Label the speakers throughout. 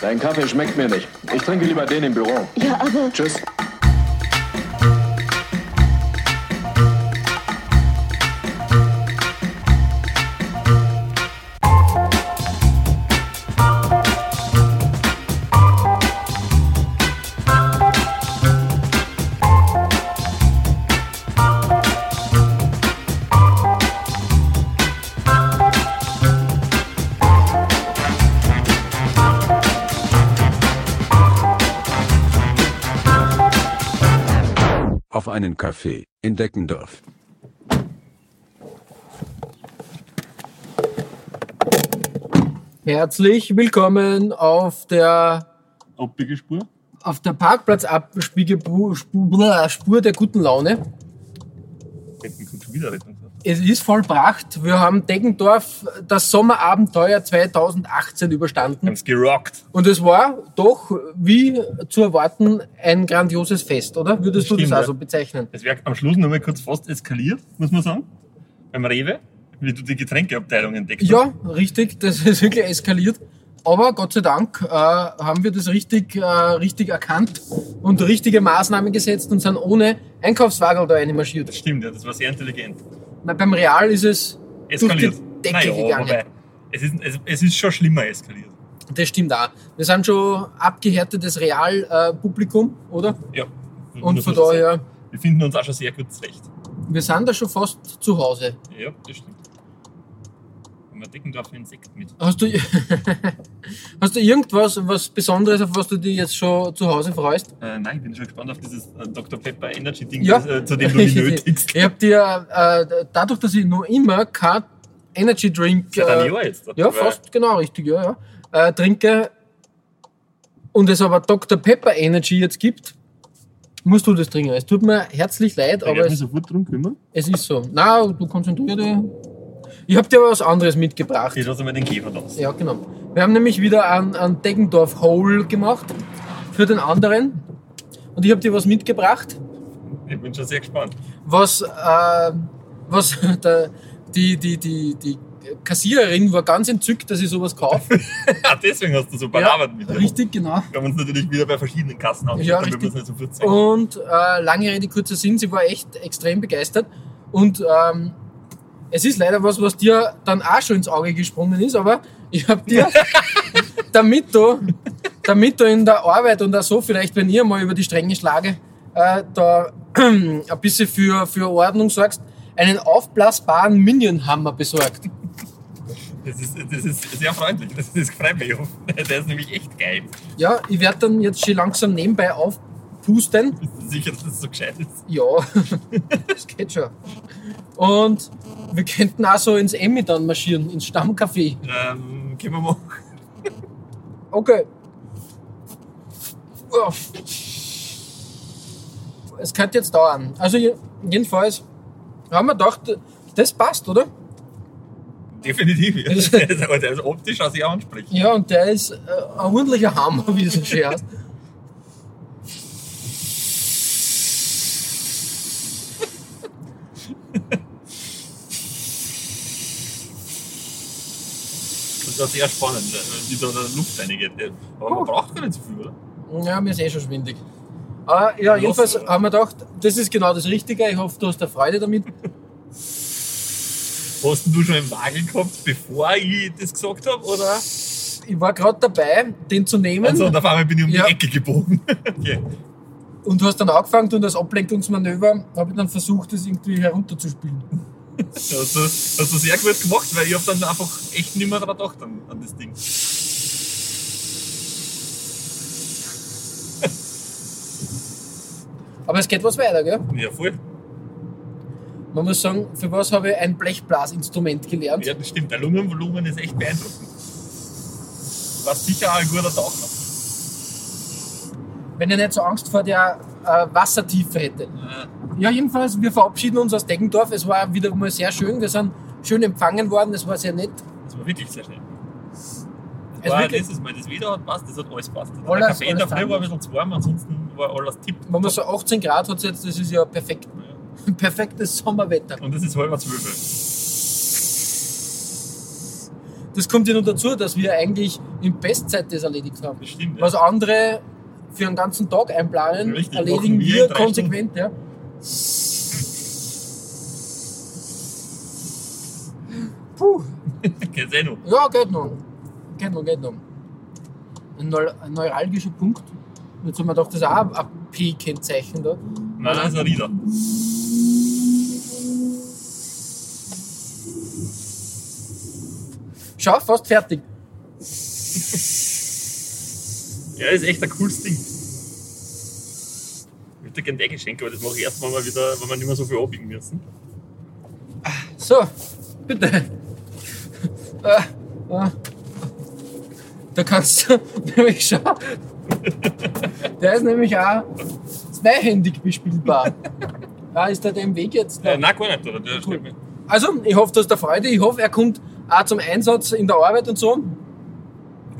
Speaker 1: Dein Kaffee schmeckt mir nicht. Ich trinke lieber den im Büro.
Speaker 2: Ja, aber
Speaker 1: Tschüss.
Speaker 3: Auf einen Kaffee in Deckendorf.
Speaker 4: Herzlich willkommen auf der
Speaker 5: Abbiegespur.
Speaker 4: auf der Parkplatzabspiegelspur Spur der guten Laune.
Speaker 5: Denken kommt schon wieder Rettung. drauf.
Speaker 4: Es ist vollbracht. Wir haben Deggendorf das Sommerabenteuer 2018
Speaker 5: Wir
Speaker 4: überstanden.
Speaker 5: haben's gerockt.
Speaker 4: Und es war doch, wie zu erwarten, ein grandioses Fest, oder? Würdest du
Speaker 5: Stimmt,
Speaker 4: das
Speaker 5: ja.
Speaker 4: also bezeichnen?
Speaker 5: Es wäre am Schluss noch mal kurz fast eskaliert, muss man sagen. Beim Rewe, wie du die Getränkeabteilung entdeckt hast.
Speaker 4: Ja, richtig, das ist wirklich eskaliert. Aber Gott sei Dank äh, haben wir das richtig, äh, richtig erkannt und richtige Maßnahmen gesetzt und sind ohne Einkaufswagen da einmarschiert.
Speaker 5: Stimmt, ja, das war sehr intelligent.
Speaker 4: Na, Beim Real ist es
Speaker 5: Eskaliert.
Speaker 4: durch die Decke
Speaker 5: Naja,
Speaker 4: gegangen.
Speaker 5: wobei, es ist, es, es ist schon schlimmer eskaliert.
Speaker 4: Das stimmt auch. Wir sind schon abgehärtetes Real-Publikum, oder?
Speaker 5: Ja.
Speaker 4: Und
Speaker 5: Mhm. muss man
Speaker 4: von
Speaker 5: schon sagen.
Speaker 4: daher,
Speaker 5: Wir finden uns auch schon sehr gut zurecht.
Speaker 4: wir sind da schon fast zu Hause.
Speaker 5: Ja, das stimmt. Und wir decken da für einen Sekt mit.
Speaker 4: Hast du, hast du irgendwas was Besonderes, auf was du dich jetzt schon zu Hause freust?
Speaker 5: Äh, nein, ich bin schon gespannt auf dieses äh, Dr. Pepper Energy Ding,
Speaker 4: Ja.
Speaker 5: das, äh, zu dem du mich nötigst.
Speaker 4: Ich habe dir, äh, dadurch, dass ich noch immer kein Energy Drink
Speaker 5: Seit einem
Speaker 4: äh,
Speaker 5: Jahr jetzt.
Speaker 4: ja,
Speaker 5: Weil-
Speaker 4: fast genau richtig, ja, ja, äh, trinke und es aber Dr. Pepper Energy jetzt gibt, musst du das trinken. Es tut mir herzlich leid,
Speaker 5: Ich
Speaker 4: aber
Speaker 5: werde mich
Speaker 4: es,
Speaker 5: sofort drum kümmern.
Speaker 4: es ist so. Na, du konzentrier dich. Ich habe dir aber was anderes mitgebracht.
Speaker 5: Ich lasse mal den Käfer raus.
Speaker 4: Ja, genau. Wir haben nämlich wieder einen, einen Deggendorf Hole gemacht für den anderen. Und ich habe dir was mitgebracht,
Speaker 5: Ich bin schon sehr gespannt.
Speaker 4: was, äh, was der, die, die, die, die Kassiererin war ganz entzückt, dass ich sowas kaufe.
Speaker 5: Ah, deswegen hast du so belabert mit dir.
Speaker 4: richtig, genau.
Speaker 5: Wir haben uns natürlich wieder bei verschiedenen Kassen
Speaker 4: Ja,
Speaker 5: aufgestellt, damit wir
Speaker 4: richtig.
Speaker 5: es nicht sofort zeigen.
Speaker 4: Und äh, lange Rede, kurzer Sinn, sie war echt extrem begeistert. Und ähm, es ist leider was, was dir dann auch schon ins Auge gesprungen ist, aber ich habe dir, damit du, damit du in der Arbeit und auch so vielleicht, wenn ihr mal über die Stränge schlage, äh, da ein bisschen für, für Ordnung sorgst, einen aufblasbaren Minionhammer besorgt.
Speaker 5: Das ist, das ist sehr freundlich, das, das freut mich. auch. Der ist nämlich echt geil.
Speaker 4: Ja, ich werde dann jetzt schon langsam nebenbei aufpusten.
Speaker 5: Bist du sicher, dass das so gescheit ist?
Speaker 4: Ja, das geht schon. Und wir könnten auch so ins Emmy dann marschieren, ins Stammcafé.
Speaker 5: Ähm, können wir machen.
Speaker 4: Okay. Uah. Es könnte jetzt dauern. Also je- jedenfalls haben wir gedacht, das passt, oder?
Speaker 5: Definitiv. Ja.
Speaker 4: Das-
Speaker 5: Der ist, der ist optisch auch sehr ansprechend.
Speaker 4: Ja, und der ist äh, ein ordentlicher Hammer, wie es so schön heißt.
Speaker 5: Das war sehr spannend, wie da der Luft reingeht. Aber man braucht gar nicht so viel, oder?
Speaker 4: Ja, mir ist eh schon schwindig. Ah, ja,
Speaker 5: Los,
Speaker 4: jedenfalls
Speaker 5: oder?
Speaker 4: haben wir gedacht, das ist genau das Richtige. Ich hoffe, du hast eine Freude damit.
Speaker 5: Hast denn du schon im Wagen gehabt, bevor ich das gesagt habe? Oder?
Speaker 4: Ich war gerade dabei, den zu nehmen.
Speaker 5: Also, und auf einmal bin ich um
Speaker 4: Ja.
Speaker 5: die Ecke gebogen. Okay.
Speaker 4: Und du hast dann angefangen und als Ablenkungsmanöver habe ich dann versucht, das irgendwie herunterzuspielen.
Speaker 5: Ja, hast, du, hast du sehr gut gemacht, weil ich hab dann einfach echt nicht mehr dran gedacht an, an das Ding.
Speaker 4: Aber es geht was weiter, gell?
Speaker 5: Ja, voll.
Speaker 4: Man muss sagen, für was habe ich ein Blechblasinstrument gelernt?
Speaker 5: Ja, das stimmt. Der Lungenvolumen ist echt beeindruckend. War sicher auch ein guter Taucher.
Speaker 4: Wenn ich nicht so Angst vor der äh, Wassertiefe hätte.
Speaker 5: Äh,
Speaker 4: Ja, jedenfalls, wir verabschieden uns aus Deggendorf. Es war wieder mal sehr schön. Wir sind schön empfangen worden. Es war sehr nett.
Speaker 5: Das war wirklich sehr schnell. Das
Speaker 4: Es
Speaker 5: war
Speaker 4: wirklich-
Speaker 5: letztes Mal, das Wetter hat passt, das hat alles passt. Der
Speaker 4: Alles-
Speaker 5: Kaffee in der
Speaker 4: alles
Speaker 5: Früh war ein bisschen zu warm, ansonsten war alles tipp.
Speaker 4: Man muss so 18 Grad hat jetzt. Das ist ja perfekt. Perfektes Sommerwetter.
Speaker 5: Und das ist halber zwölf.
Speaker 4: das kommt ja noch dazu, dass wir eigentlich in Bestzeit das erledigt haben.
Speaker 5: Das stimmt, ja.
Speaker 4: Was andere für einen ganzen Tag einplanen,
Speaker 5: Richtig,
Speaker 4: erledigen
Speaker 5: machen wir
Speaker 4: wir
Speaker 5: in drei
Speaker 4: konsequent. Ja. Puh.
Speaker 5: Kennst eh noch.
Speaker 4: Ja, geht noch. Geht noch, geht noch. Ein, neu- ein neuralgischer Punkt. Jetzt haben wir doch das auch ein- ein P-Kennzeichen da.
Speaker 5: Nein, das ist ein Rieder.
Speaker 4: Schau, fast fertig.
Speaker 5: Ja, ist echt ein cooles Ding. Ich würde gerne dein Geschenk, aber das mache ich erst, wenn wir, wieder, wenn wir nicht mehr so viel abbiegen müssen.
Speaker 4: So, bitte. Äh, äh. Da kannst du nämlich schauen. Der ist nämlich auch zweihändig bespielbar. Ah, ist der dem Weg jetzt?
Speaker 5: Äh, nein, gar nicht, oder? Der
Speaker 4: Cool.
Speaker 5: steht mir.
Speaker 4: Also, ich hoffe, dass der Freude, ich hoffe, er kommt auch zum Einsatz in der Arbeit und so.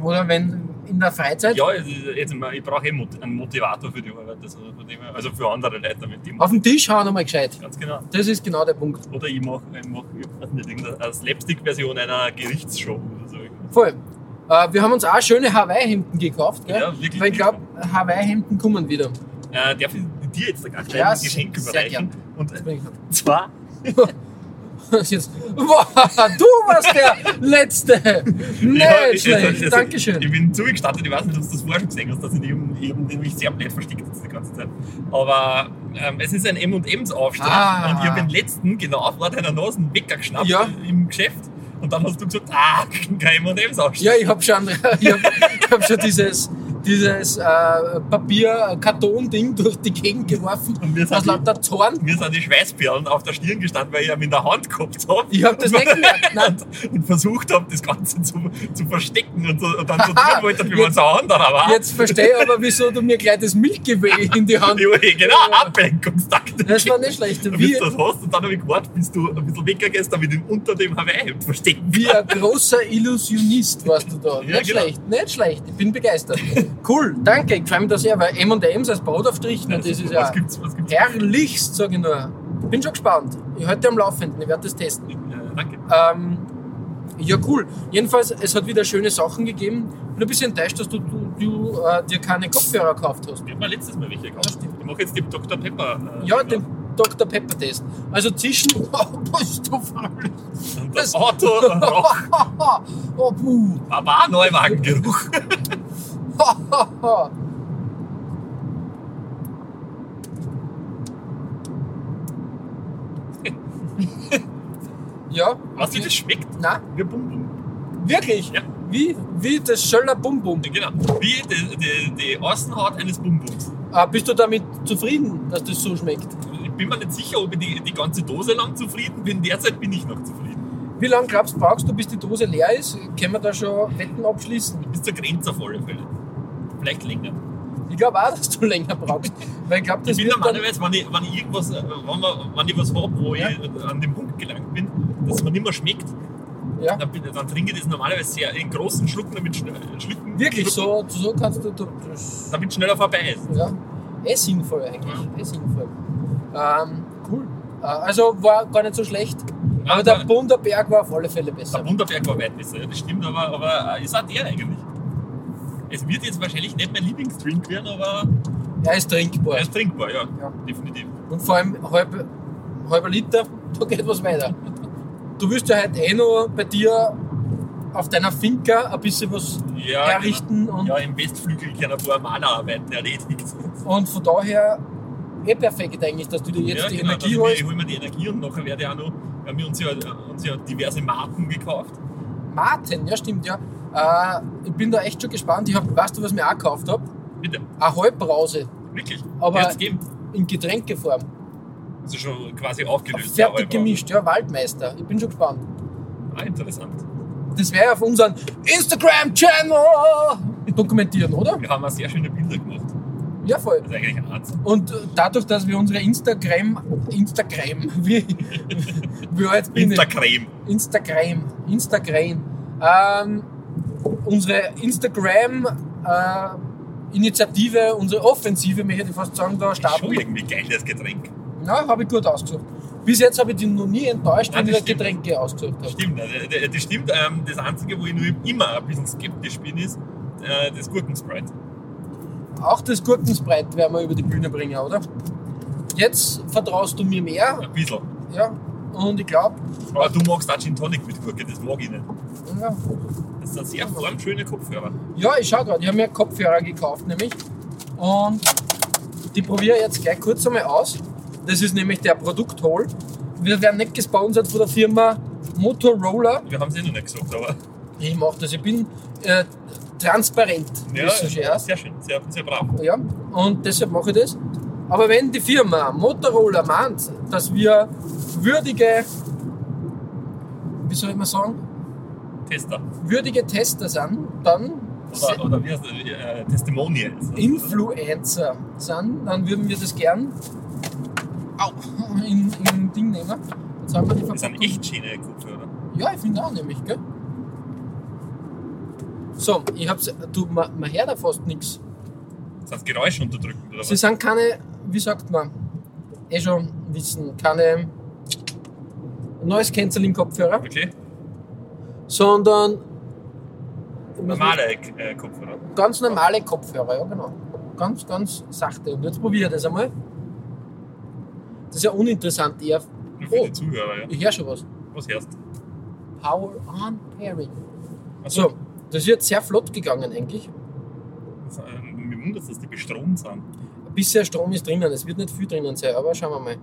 Speaker 4: Oder wenn in der Freizeit.
Speaker 5: Ja, es ist jetzt, mal- ich brauche eh Mot- einen Motivator für die Arbeit, also, von dem her- also für andere Leute, damit die
Speaker 4: Auf den Tisch hauen nochmal gescheit.
Speaker 5: Ganz genau.
Speaker 4: Das ist genau der Punkt.
Speaker 5: Oder ich mache, ich mach, ich weiß nicht, irgendeine eine Slapstick-Version einer Gerichtsshow oder so. irgendwas.
Speaker 4: Voll. Äh, wir haben uns auch schöne Hawaii-Hemden gekauft, gell?
Speaker 5: Ja, wirklich.
Speaker 4: Weil ich glaube, Hawaii-Hemden kommen wieder.
Speaker 5: Äh, darf ich dir jetzt ein kleines
Speaker 4: Ja,
Speaker 5: Geschenk
Speaker 4: sehr
Speaker 5: überreichen?
Speaker 4: gern.
Speaker 5: Und äh,
Speaker 4: Bin ich-
Speaker 5: zwar
Speaker 4: Das ist Jetzt, wow, du warst der Letzte! Nicht
Speaker 5: Ja, ich-
Speaker 4: schlecht,
Speaker 5: ich- ich- Ich
Speaker 4: Dankeschön.
Speaker 5: bin zugestattet, ich weiß nicht, ob du das vorher schon gesehen hast, dass ich eben, eben nämlich sehr blöd versteckt jetzt die ganze Zeit. Aber ähm, es ist ein M&M's-Aufstand
Speaker 4: Ah.
Speaker 5: und ich habe den letzten genau vor deiner Nase einen Wecker geschnappt
Speaker 4: Ja.
Speaker 5: im Geschäft. Und dann hast du gesagt, ah, kein M&M's-Aufstand.
Speaker 4: Ja, ich habe schon, ich hab, ich hab schon dieses, dieses äh, Papier-Karton-Ding durch die Gegend geworfen,
Speaker 5: Und wir sind
Speaker 4: aus
Speaker 5: die-
Speaker 4: lauter Zorn.
Speaker 5: Mir sind die Schweißperlen auf der Stirn gestanden, weil ich ihn in der Hand gehabt habe.
Speaker 4: Ich hab das nicht gemerkt, nein.
Speaker 5: Und, und versucht habe, das Ganze zu, zu verstecken und, so, und dann so
Speaker 4: Haha,
Speaker 5: tun wollte, wie
Speaker 4: jetzt-
Speaker 5: man es anderer war.
Speaker 4: Jetzt verstehe ich aber, wieso du mir gleich das Milky Way in die Hand...
Speaker 5: Ja, genau,
Speaker 4: Ja.
Speaker 5: Ablenkungstaktik.
Speaker 4: Das war nicht schlecht.
Speaker 5: Du
Speaker 4: Wie,
Speaker 5: bist das hast und dann habe ich gewartet, bis du ein bisschen weggegangen damit ich ihn unter dem Hawaii-Hemd verstecken
Speaker 4: Wie ein großer Illusionist warst du da.
Speaker 5: Ja,
Speaker 4: nicht
Speaker 5: genau.
Speaker 4: schlecht, nicht schlecht. Ich bin begeistert. Cool, danke. Ich freue mich da sehr, weil M&M's als Brotaufstrich, na, das ist ja
Speaker 5: Was gibt's? Was gibt's?
Speaker 4: herrlichst, sage ich nur. Bin schon gespannt. Ich halte am Laufenden, ich werde das testen.
Speaker 5: Äh, danke.
Speaker 4: Ähm, ja, cool. Jedenfalls, es hat wieder schöne Sachen gegeben. Bin ein bisschen enttäuscht, dass du, du, du äh, dir keine Kopfhörer gekauft hast.
Speaker 5: Ich habe mir letztes Mal welche gekauft.
Speaker 4: Das stimmt.
Speaker 5: Ich mache jetzt den Dr. Pepper. äh,
Speaker 4: Ja,
Speaker 5: genau.
Speaker 4: den Dr. Pepper Test. Also zischen, oh, bist du verrückt.
Speaker 5: Und das Auto äh, roch.
Speaker 4: oh, puh.
Speaker 5: Baba, Neuwagengeruch.
Speaker 4: ja,
Speaker 5: Was wie das schmeckt?
Speaker 4: na,
Speaker 5: Wir bummeln.
Speaker 4: wirklich?
Speaker 5: Ja.
Speaker 4: Wie, wie das Schöller Bum Bum.
Speaker 5: Genau. Wie die, die, die Außenhaut eines Bumbums.
Speaker 4: Ah, bist du damit zufrieden, dass das so schmeckt?
Speaker 5: Ich bin mir nicht sicher, ob ich die, die ganze Dose lang zufrieden bin. Derzeit bin ich noch zufrieden.
Speaker 4: Wie lange glaubst du, brauchst du, bis die Dose leer ist? Können wir da schon Wetten abschließen?
Speaker 5: Bis zur Grenze auf alle Fälle. Vielleicht länger.
Speaker 4: Ich glaube auch, dass du länger brauchst. Weil ich glaube, das
Speaker 5: Ich bin
Speaker 4: wird dann...
Speaker 5: normalerweise, wenn ich, wenn ich irgendwas, äh, wenn, man, wenn ich was habe, wo
Speaker 4: Ja.
Speaker 5: ich äh, an den Punkt gelangt bin, dass es mir nicht mehr schmeckt,
Speaker 4: Ja.
Speaker 5: dann, bin, dann trinke ich das normalerweise sehr in großen Schlucken, damit, schn- Schlücken,
Speaker 4: Wirklich,
Speaker 5: Schlucken,
Speaker 4: so, so kannst du... du das,
Speaker 5: damit schneller vorbei ist.
Speaker 4: Ja, eh sinnvoll eigentlich. Eh sinnvoll. Ähm, cool. Äh, also war gar nicht so schlecht. Aber
Speaker 5: Ja,
Speaker 4: der
Speaker 5: der-
Speaker 4: Bunderberg war auf alle Fälle
Speaker 5: Der
Speaker 4: besser.
Speaker 5: Wunderberg war weit besser, ja, das stimmt, aber, aber äh, ist auch der eigentlich. Es wird jetzt wahrscheinlich nicht mein Lieblingsdrink werden, aber
Speaker 4: Er ist trinkbar.
Speaker 5: er ist trinkbar, ja,
Speaker 4: Ja.
Speaker 5: definitiv.
Speaker 4: Und vor allem halb, halber Liter, da geht was weiter. Du wirst ja heute eh noch bei dir auf deiner Finca ein bisschen was
Speaker 5: Ja,
Speaker 4: herrichten
Speaker 5: genau.
Speaker 4: und,
Speaker 5: ja, im Westflügel kann ein paar Mana-Arbeiten erledigt.
Speaker 4: und von daher eh perfekt eigentlich, dass du dir jetzt
Speaker 5: ja,
Speaker 4: die
Speaker 5: genau,
Speaker 4: Energie
Speaker 5: dass ich mir-
Speaker 4: holst.
Speaker 5: Ich hole mir die Energie und nachher werde ich auch noch, wir haben uns ja, uns ja diverse Marken gekauft.
Speaker 4: Martin, ja stimmt, ja. Äh, ich bin da echt schon gespannt. Ich hab, weißt du, was ich mir auch gekauft habe?
Speaker 5: Bitte,
Speaker 4: Eine Halbbrause
Speaker 5: wirklich.
Speaker 4: Aber-
Speaker 5: Hat's gegeben.
Speaker 4: in Getränkeform.
Speaker 5: Also schon quasi aufgelöst. ja,
Speaker 4: Fertig
Speaker 5: aber-
Speaker 4: gemischt, ja, Waldmeister. Ich bin schon gespannt.
Speaker 5: Ah, interessant.
Speaker 4: Das wäre ja auf unseren Instagram-Channel dokumentieren, oder?
Speaker 5: Wir haben auch sehr schöne Bilder gemacht.
Speaker 4: Ja, voll.
Speaker 5: Das ist eigentlich ein Arzt.
Speaker 4: Und äh, dadurch, dass wir unsere Instagram, Instagram, wie, wie alt bin ich?
Speaker 5: Instagram.
Speaker 4: Instagram, Instagram, ähm, unsere Instagram-Initiative, unsere Offensive, möchte ich fast sagen, da
Speaker 5: Das ist
Speaker 4: starten.
Speaker 5: Schon irgendwie geil, das Getränk.
Speaker 4: Na, habe ich gut ausgesucht. bis jetzt habe ich die noch nie enttäuscht,
Speaker 5: Nein,
Speaker 4: wenn ich
Speaker 5: das
Speaker 4: das Getränke ausgesucht habe.
Speaker 5: Stimmt, äh, d- das stimmt. Ähm, Das Einzige, wo ich nur immer ein bisschen skeptisch bin, ist äh, das Gurkensprite.
Speaker 4: Auch das Gurkenspreit werden wir über die Bühne bringen, oder? Jetzt vertraust du mir mehr,
Speaker 5: Ein bisschen.
Speaker 4: ja, und ich glaube,
Speaker 5: Aber du magst auch Gin Tonic mit Gurke, das mag ich nicht.
Speaker 4: ja,
Speaker 5: Das sind sehr formschöne Kopfhörer.
Speaker 4: Ja, ich schau gerade. Ich habe mir Kopfhörer gekauft nämlich. Und die probiere ich jetzt gleich kurz einmal aus. Das ist nämlich der Produkthol. Wir werden nicht gesponsert von der Firma Motorola.
Speaker 5: Wir haben es eh noch nicht gesagt, aber
Speaker 4: Ich mache das. Ich bin äh, transparent.
Speaker 5: ja,
Speaker 4: wissen Sie erst.
Speaker 5: sehr schön, sehr, sehr brav.
Speaker 4: Ja, und deshalb mache ich das. Aber wenn die Firma Motorola meint, dass wir würdige, wie soll man sagen,
Speaker 5: Tester.
Speaker 4: würdige Tester sind, dann
Speaker 5: Oder, oder wie heißt das? Äh, Testimonials.
Speaker 4: Influencer sind, dann würden wir das gern au, in, in ein Ding nehmen. Jetzt haben wir die
Speaker 5: Das sind
Speaker 4: Verpackung.
Speaker 5: echt schöne Kopfhörer.
Speaker 4: Ja, ich finde auch nämlich, gell? So, ich hab's. Du, man, man hört da fast nichts.
Speaker 5: Das heißt Geräusche unterdrücken oder
Speaker 4: Sie
Speaker 5: was?
Speaker 4: sind keine, wie sagt man, eh schon wissen, keine Noise Cancelling Kopfhörer,
Speaker 5: Okay.
Speaker 4: sondern
Speaker 5: Normale äh, Kopfhörer.
Speaker 4: ganz normale Kopfhörer, ja genau. Ganz, ganz sachte. Und jetzt probiere ich das einmal. Das ist ja uninteressant eher.
Speaker 5: Nur für
Speaker 4: Oh,
Speaker 5: die Zuhörer, ja.
Speaker 4: ich höre schon was.
Speaker 5: Was hörst du?
Speaker 4: Power on Pairing.
Speaker 5: Ach
Speaker 4: So, das ist jetzt sehr flott gegangen eigentlich.
Speaker 5: Das, ähm, Mich wundert dass die bestromt sind.
Speaker 4: Ein bisschen Strom ist drinnen, es wird nicht viel drinnen sein, aber schauen wir mal.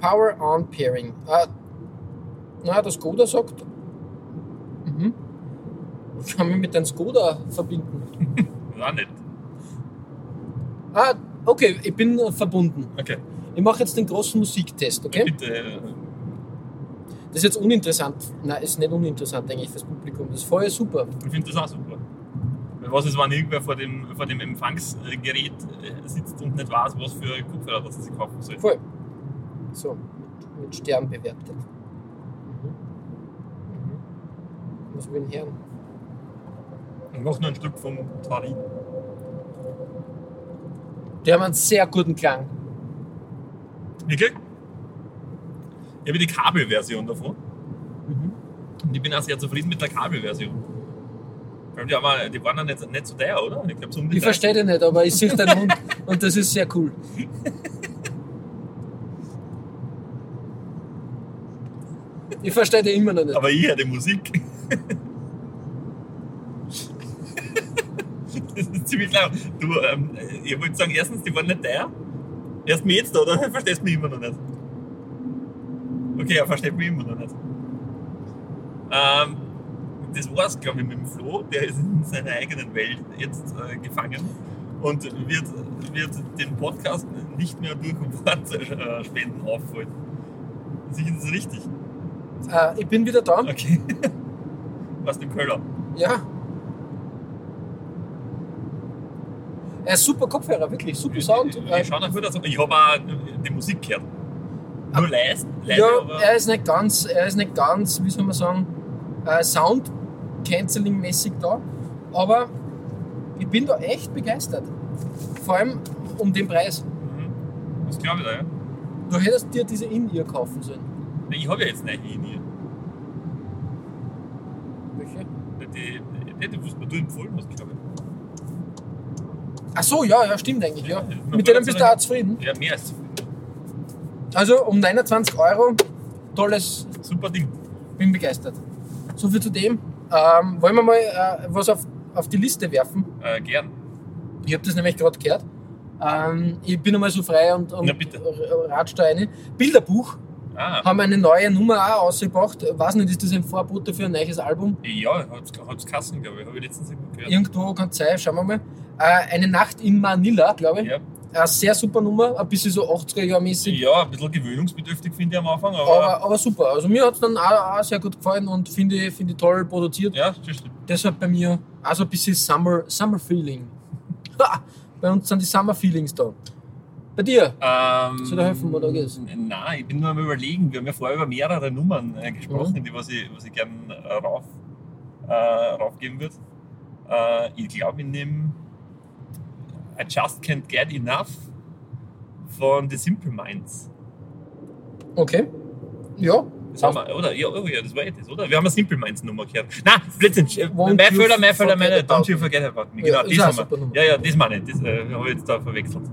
Speaker 4: Power on Pairing. Ah, na, der Skoda sagt. Mhm. Ich kann mich mit dem Skoda verbinden.
Speaker 5: Das ist auch nicht.
Speaker 4: Ah, okay, ich bin äh, verbunden.
Speaker 5: Okay.
Speaker 4: Ich mache jetzt den großen Musiktest, okay?
Speaker 5: Bitte. äh,
Speaker 4: Das ist jetzt uninteressant. Nein, ist nicht uninteressant eigentlich fürs Publikum. Das ist vorher super.
Speaker 5: Ich finde das auch super. Weil Was ist, wenn irgendwer vor dem, vor dem Empfangsgerät äh, sitzt und nicht weiß, was für Kopfhörer das er sich kaufen soll?
Speaker 4: Voll. So, mit, mit Stern bewertet. Mhm. Was will ich hören?
Speaker 5: Ich mach nur ein Stück vom Tarin.
Speaker 4: Die haben einen sehr guten Klang.
Speaker 5: Wirklich? Ich habe die Kabelversion davon. Und ich bin auch sehr zufrieden mit der Kabelversion. Vor allem Die, haben auch- die waren ja nicht, nicht so teuer, oder? Ich glaube, so um die
Speaker 4: Ich verstehe dich nicht, aber ich sehe deinen Mund und das ist sehr cool. Ich verstehe dich immer noch nicht.
Speaker 5: Aber ich höre die Musik. das ist ziemlich klar. Du, ähm, ich wollte sagen, erstens, die waren nicht teuer. Erst mich jetzt, oder? Verstehst mich immer noch nicht. Okay, er versteht mich immer noch nicht. Ähm, das war's, glaube ich, mit dem Flo. Der ist in seiner eigenen Welt jetzt äh, gefangen und wird, wird den Podcast nicht mehr durch Wortspenden aufholen. Sicher ist es richtig.
Speaker 4: Ah, ich bin wieder da.
Speaker 5: Okay. Was dem Köller.
Speaker 4: Ja. Er ist super Kopfhörer, wirklich, super Sound.
Speaker 5: Ich schaue nach gut aus. Ich habe auch die Musik gehört. Nur leise, leise
Speaker 4: Ja, äh,
Speaker 5: aber
Speaker 4: er ist nicht ganz, er ist nicht ganz, wie soll man sagen, äh, Sound Canceling mäßig da, aber ich bin da echt begeistert. Vor allem um den Preis.
Speaker 5: das glaube ich da, ja.
Speaker 4: Du hättest dir diese In-Ear kaufen sollen.
Speaker 5: Nee, Ich habe ja jetzt nicht in ihr.
Speaker 4: Welche?
Speaker 5: Die, die, die, was du empfohlen hast, glaube ich.
Speaker 4: Ach so, ja, ja, stimmt eigentlich, ja.
Speaker 5: Ja,
Speaker 4: Mit denen bist du auch zufrieden.
Speaker 5: Ja, mehr als
Speaker 4: Also um 29 Euro, tolles,
Speaker 5: super Ding.
Speaker 4: bin begeistert. So viel zu dem. Ähm, wollen wir mal äh, was auf, auf die Liste werfen?
Speaker 5: Äh, gern.
Speaker 4: Ich habe das nämlich gerade gehört. Ähm, ich bin einmal so frei und, und
Speaker 5: Na bitte.
Speaker 4: ratsch da rein. Bilderbuch
Speaker 5: Ah,
Speaker 4: haben eine neue Nummer auch ausgebracht. Weiß nicht, ist das ein Vorbote für ein neues Album?
Speaker 5: ja, hat's, hat's Kassen, glaube ich. Habe ich letztens irgendwo gehört.
Speaker 4: Irgendwo kann es sein, schauen wir mal. Äh, eine Nacht in Manila, glaube ich.
Speaker 5: Ja,
Speaker 4: Eine sehr super Nummer, ein bisschen so 80er-Jahr-mäßig.
Speaker 5: ja, ein bisschen gewöhnungsbedürftig finde ich am Anfang, aber,
Speaker 4: Aber, aber super. Also mir hat es dann auch, auch sehr gut gefallen und finde ich- finde ich toll produziert.
Speaker 5: ja, das stimmt.
Speaker 4: Deshalb bei mir auch so ein bisschen Summer, Summer Feeling. Ha, bei uns sind die Summer Feelings da. Bei dir?
Speaker 5: Ähm,
Speaker 4: Soll ich dir helfen, oder geht's?
Speaker 5: Nein, ich bin nur am überlegen. Wir haben ja vorher über mehrere Nummern äh, gesprochen,
Speaker 4: Mhm.
Speaker 5: die was ich, was ich gerne äh, rauf, äh, raufgeben würde. Äh, ich glaube, ich nehme I Just Can't Get Enough von The Simple Minds.
Speaker 4: Okay. Ja.
Speaker 5: Das haben wir, oder? Ja, oh ja, das war eh das, oder? Wir haben eine Simple Minds Nummer gehört. Nein, Blödsinn. Äh,
Speaker 4: Won't
Speaker 5: Mein
Speaker 4: you
Speaker 5: Fehler, mein Fehler, meine.
Speaker 4: forget about
Speaker 5: Don't you forget about me.
Speaker 4: Ja,
Speaker 5: Genau,
Speaker 4: ist
Speaker 5: das
Speaker 4: auch
Speaker 5: haben
Speaker 4: eine super Nummer.
Speaker 5: wir. Ja, ja, das meine ich. Das äh, habe ich jetzt da verwechselt.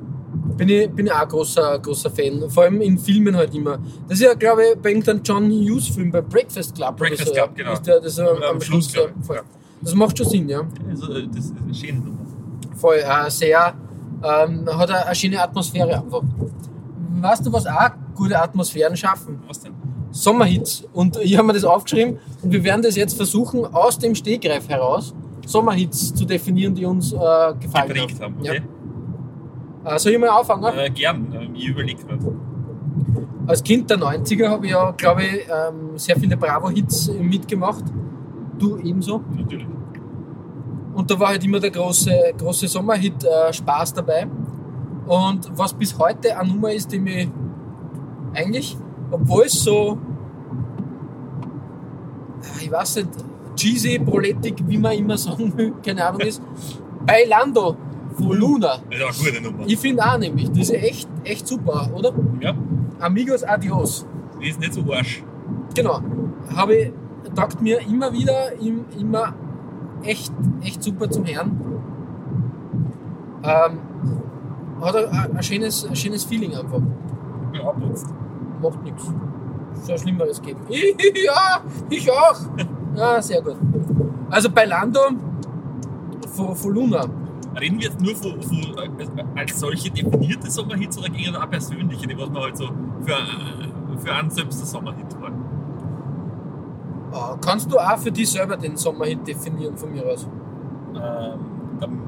Speaker 4: Bin ich, bin ich auch großer, großer Fan. Vor allem in Filmen halt immer. Das ist ja, glaube ich, bei irgendeinem John Hughes-Film, bei Breakfast Club. oder
Speaker 5: Breakfast
Speaker 4: so, ja.
Speaker 5: Club, genau.
Speaker 4: Ist der, das ist am,
Speaker 5: Am
Speaker 4: am
Speaker 5: Schluss,
Speaker 4: Schluss.
Speaker 5: glaub
Speaker 4: ja, voll. Das macht schon Sinn, ja.
Speaker 5: Also, äh, das ist eine schöne Nummer.
Speaker 4: Voll, äh, sehr, ähm, hat eine, eine schöne Atmosphäre einfach. Weißt du, was auch gute Atmosphären schaffen?
Speaker 5: Was denn?
Speaker 4: Sommerhits. Und ich habe mir das aufgeschrieben und wir werden das jetzt versuchen, aus dem Stegreif heraus Sommerhits zu definieren, die uns äh, gefallen
Speaker 5: Geprägt haben, okay?
Speaker 4: Ja. Äh, soll ich mal anfangen?
Speaker 5: Äh, gern, ähm, ich überlege gerade.
Speaker 4: Als Kind der 90er habe ich ja, glaube ich, ähm, sehr viele Bravo-Hits mitgemacht. Du ebenso.
Speaker 5: Natürlich.
Speaker 4: Und da war halt immer der große, große Sommerhit äh, Spaß dabei. Und was bis heute eine Nummer ist, die mich eigentlich, obwohl es so, ah, ich weiß nicht, cheesy, proletik, wie man immer sagen will, keine Ahnung ist, Bailando von Luna.
Speaker 5: Das ist auch eine gute Nummer.
Speaker 4: Ich finde auch nämlich, das ist echt, echt super, oder?
Speaker 5: Ja,
Speaker 4: Amigos, adios.
Speaker 5: die ist nicht so arsch.
Speaker 4: Genau. Habe ich, taugt mir immer wieder, im, immer echt, echt super zum Herrn. Ähm, hat ein, ein, ein, schönes, ein schönes Feeling einfach.
Speaker 5: Ja, putzt.
Speaker 4: Macht nichts. Soll Schlimmeres geben. ja, ich auch. Ja, sehr gut. Also bei Lando von, von Luna.
Speaker 5: Reden wir jetzt nur von, von äh, als solche definierte Sommerhits oder gehen auch persönliche, die was man halt so für, äh, für einen selbst ein Sommerhit war?
Speaker 4: Äh, Kannst du auch für dich selber den Sommerhit definieren von mir aus?
Speaker 5: Ähm, dann,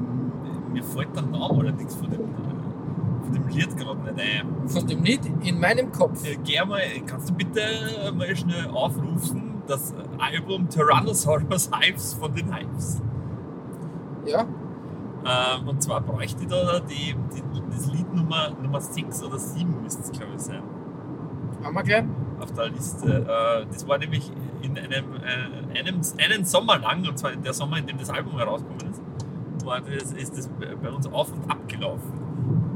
Speaker 5: mir fällt der Name allerdings von dem, äh, von dem Lied gerade nicht ein.
Speaker 4: Von dem Lied in meinem Kopf.
Speaker 5: Äh, geh mal, kannst du bitte mal schnell aufrufen, das Album Tyrannosaurus Hives von den Hives?
Speaker 4: Ja?
Speaker 5: Ähm, und zwar bräuchte ich da die, die, das Lied Nummer, Nummer 6 oder 7 müsste es glaube ich sein.
Speaker 4: Haben wir gleich?
Speaker 5: auf der Liste. Äh, das war nämlich in einem, äh, einem einen Sommer lang, und zwar der Sommer, in dem das Album herausgekommen ist, war das, ist das bei uns auf und ab gelaufen.